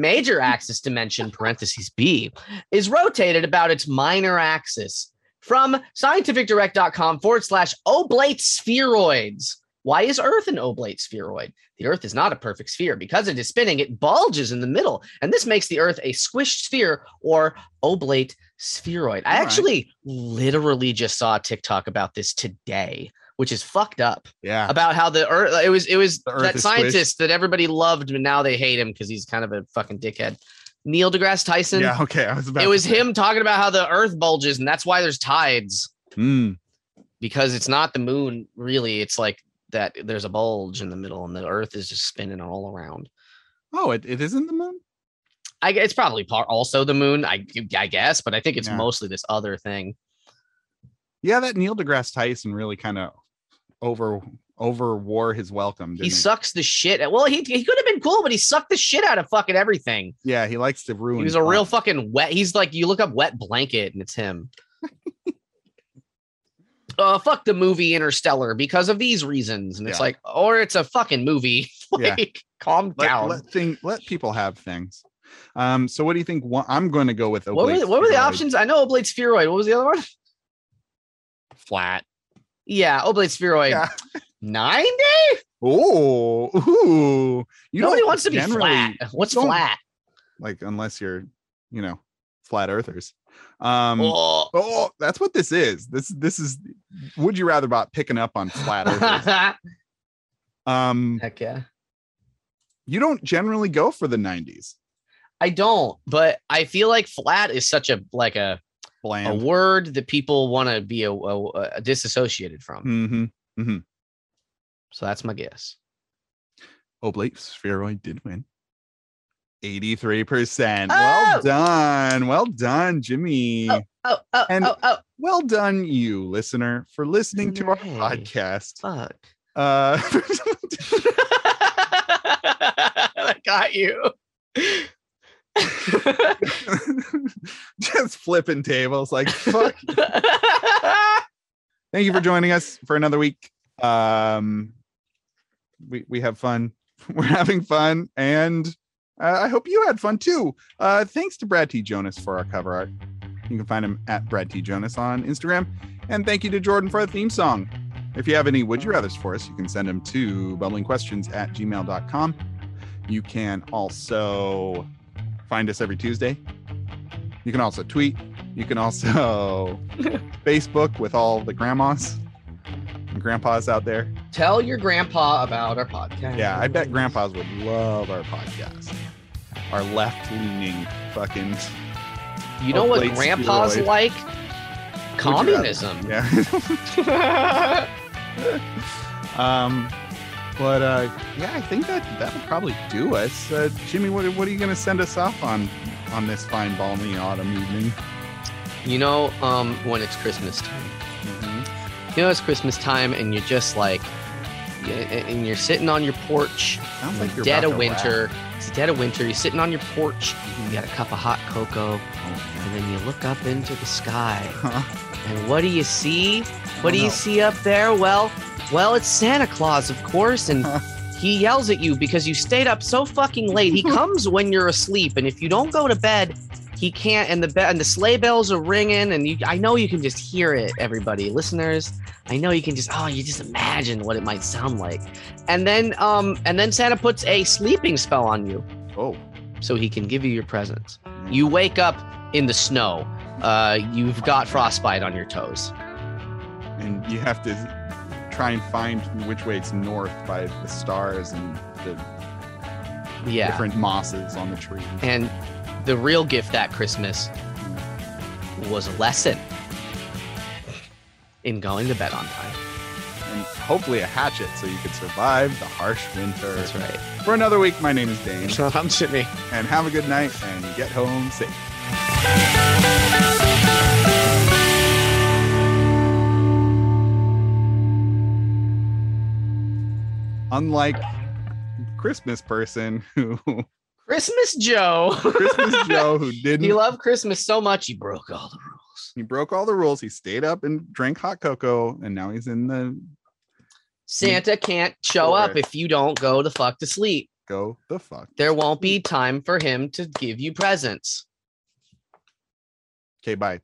[SPEAKER 2] major axis dimension parentheses B is rotated about its minor axis. From scientificdirect.com forward slash oblate spheroids. Why is Earth an oblate spheroid? The Earth is not a perfect sphere. Because it is spinning, it bulges in the middle, and this makes the Earth a squished sphere or oblate spheroid. I
[SPEAKER 1] All right.
[SPEAKER 2] actually literally just saw a TikTok about this today, which is fucked up.
[SPEAKER 1] Yeah.
[SPEAKER 2] About how the Earth, it was, it was
[SPEAKER 1] The Earth
[SPEAKER 2] that
[SPEAKER 1] is squished.
[SPEAKER 2] scientist that everybody loved, but now they hate him because he's kind of a fucking dickhead. Neil deGrasse Tyson.
[SPEAKER 1] Yeah. Okay. I was about
[SPEAKER 2] It
[SPEAKER 1] to
[SPEAKER 2] was
[SPEAKER 1] say.
[SPEAKER 2] him talking about how the Earth bulges, and that's why there's tides
[SPEAKER 1] Mm,
[SPEAKER 2] because it's not the moon really. It's like that. There's a bulge in the middle, and the Earth is just spinning all around.
[SPEAKER 1] Oh, it, it isn't the moon?
[SPEAKER 2] I gue- it's probably part also the moon. I I guess, but I think it's
[SPEAKER 1] Yeah.
[SPEAKER 2] mostly this other thing.
[SPEAKER 1] Yeah, that Neil deGrasse Tyson really kind of over over wore his welcome. Didn't
[SPEAKER 2] He
[SPEAKER 1] he
[SPEAKER 2] sucks the shit. Well, he he could have been cool, but he sucked the shit out of fucking everything.
[SPEAKER 1] yeah, he likes to ruin.
[SPEAKER 2] He was a real
[SPEAKER 1] fun.
[SPEAKER 2] fucking wet. He's like you look up wet blanket, and it's him. Uh, fuck the movie Interstellar because of these reasons, and it's
[SPEAKER 1] Yeah.
[SPEAKER 2] like, or it's a fucking movie.
[SPEAKER 1] Yeah.
[SPEAKER 2] like, calm
[SPEAKER 1] let,
[SPEAKER 2] down.
[SPEAKER 1] let thing let people have things. Um, so what do you think? One, I'm going to go with
[SPEAKER 2] what were
[SPEAKER 1] oblate
[SPEAKER 2] the, what were the
[SPEAKER 1] spheroid.
[SPEAKER 2] options? I know oblate spheroid. What was the other one?
[SPEAKER 1] Flat.
[SPEAKER 2] Yeah, oblate spheroid.
[SPEAKER 1] Yeah.
[SPEAKER 2] Nine day.
[SPEAKER 1] Oh, ooh. You
[SPEAKER 2] Nobody
[SPEAKER 1] don't
[SPEAKER 2] wants to be
[SPEAKER 1] generally-
[SPEAKER 2] flat. What's
[SPEAKER 1] don't-
[SPEAKER 2] flat?
[SPEAKER 1] Like unless you're, you know, flat earthers. Um, oh.
[SPEAKER 2] Oh.
[SPEAKER 1] that's what this is. This this is. Would you rather about picking up on flat earthers?
[SPEAKER 2] Heck
[SPEAKER 1] um,
[SPEAKER 2] yeah.
[SPEAKER 1] you don't generally go for the 90s.
[SPEAKER 2] I don't, but I feel like flat is such a like a, a
[SPEAKER 1] Bland.
[SPEAKER 2] word that people want to be a, a- a- disassociated from.
[SPEAKER 1] hmm
[SPEAKER 2] So that's my guess.
[SPEAKER 1] Oh, Oblate spheroid did win. 83%.
[SPEAKER 2] Oh!
[SPEAKER 1] Well done. Well done, Jimmy.
[SPEAKER 2] Oh, oh,
[SPEAKER 1] And-
[SPEAKER 2] oh, oh,
[SPEAKER 1] Well done, you listener, for listening to our
[SPEAKER 2] Hey.
[SPEAKER 1] podcast.
[SPEAKER 2] fuck.
[SPEAKER 1] Uh,
[SPEAKER 2] I got you.
[SPEAKER 1] just flipping tables like fuck. Thank you for joining us for another week. Um, we we have fun. We're having fun, and uh, I hope you had fun too. Uh, thanks to Brad T. Jonas for our cover art. You can find him at Brad T. Jonas on Instagram, and thank you to Jordan for our theme song. If you have any would you rather's for us, you can send them to bubblingquestions at gmail.com. You can also find us every Tuesday. You can also tweet. You can also Facebook with all the grandmas and grandpas out there.
[SPEAKER 2] Tell your grandpa about our podcast.
[SPEAKER 1] Yeah, I bet grandpas would love our podcast. Our left leaning fucking.
[SPEAKER 2] You know what
[SPEAKER 1] Oblate
[SPEAKER 2] grandpa's
[SPEAKER 1] spheroid.
[SPEAKER 2] like?
[SPEAKER 1] rather?
[SPEAKER 2] Communism.
[SPEAKER 1] Yeah. um, but uh, yeah, I think that that would probably do us. Uh, Jimmy, what, what are you going to send us off on on this fine balmy autumn evening?
[SPEAKER 2] you know, um, when it's Christmas time. Mm-hmm. You know, it's Christmas time, and you're just like, y- and you're sitting on your porch.
[SPEAKER 1] Sounds like you're
[SPEAKER 2] dead
[SPEAKER 1] about
[SPEAKER 2] of
[SPEAKER 1] to rap.
[SPEAKER 2] winter. Mm-hmm. It's dead of winter. You're sitting on your porch. You
[SPEAKER 1] Mhm.
[SPEAKER 2] got a cup of hot cocoa,
[SPEAKER 1] Oh,
[SPEAKER 2] and then you look up into the sky.
[SPEAKER 1] Huh?
[SPEAKER 2] And what do you see? What do
[SPEAKER 1] Oh,
[SPEAKER 2] you
[SPEAKER 1] no.
[SPEAKER 2] see up there? Well, well, it's Santa Claus, of course, and
[SPEAKER 1] Huh.
[SPEAKER 2] he yells at you because you stayed up so fucking late. He comes when you're asleep, and if you don't go to bed, he can't. And the be- and the sleigh bells are ringing, and you, I know you can just hear it, everybody, listeners. I know you can just oh, you just imagine what it might sound like, and then um, and then Santa puts a sleeping spell on you
[SPEAKER 1] Oh.
[SPEAKER 2] so he can give you your presents. You wake up in the snow. Uh, you've got frostbite on your toes.
[SPEAKER 1] and you have to try and find which way it's north by the stars and the
[SPEAKER 2] Yeah.
[SPEAKER 1] different mosses on the tree.
[SPEAKER 2] And the real gift that Christmas was a lesson in going to bed on time.
[SPEAKER 1] And hopefully a hatchet so you can survive the harsh winter.
[SPEAKER 2] That's right.
[SPEAKER 1] For another week, my name is Dane,
[SPEAKER 2] I'm Jimmy.
[SPEAKER 1] and have a good night and get home safe. Unlike Christmas person who
[SPEAKER 2] Christmas Joe.
[SPEAKER 1] Christmas Joe who didn't
[SPEAKER 2] he loved Christmas so much he broke all the rules.
[SPEAKER 1] He broke all the rules. He stayed up and drank hot cocoa, and now he's in the
[SPEAKER 2] Santa can't show
[SPEAKER 1] Sure.
[SPEAKER 2] up if you don't go the fuck to sleep.
[SPEAKER 1] go the fuck.
[SPEAKER 2] There won't
[SPEAKER 1] Mm.
[SPEAKER 2] be time for him to give you presents.
[SPEAKER 1] Okay, bye.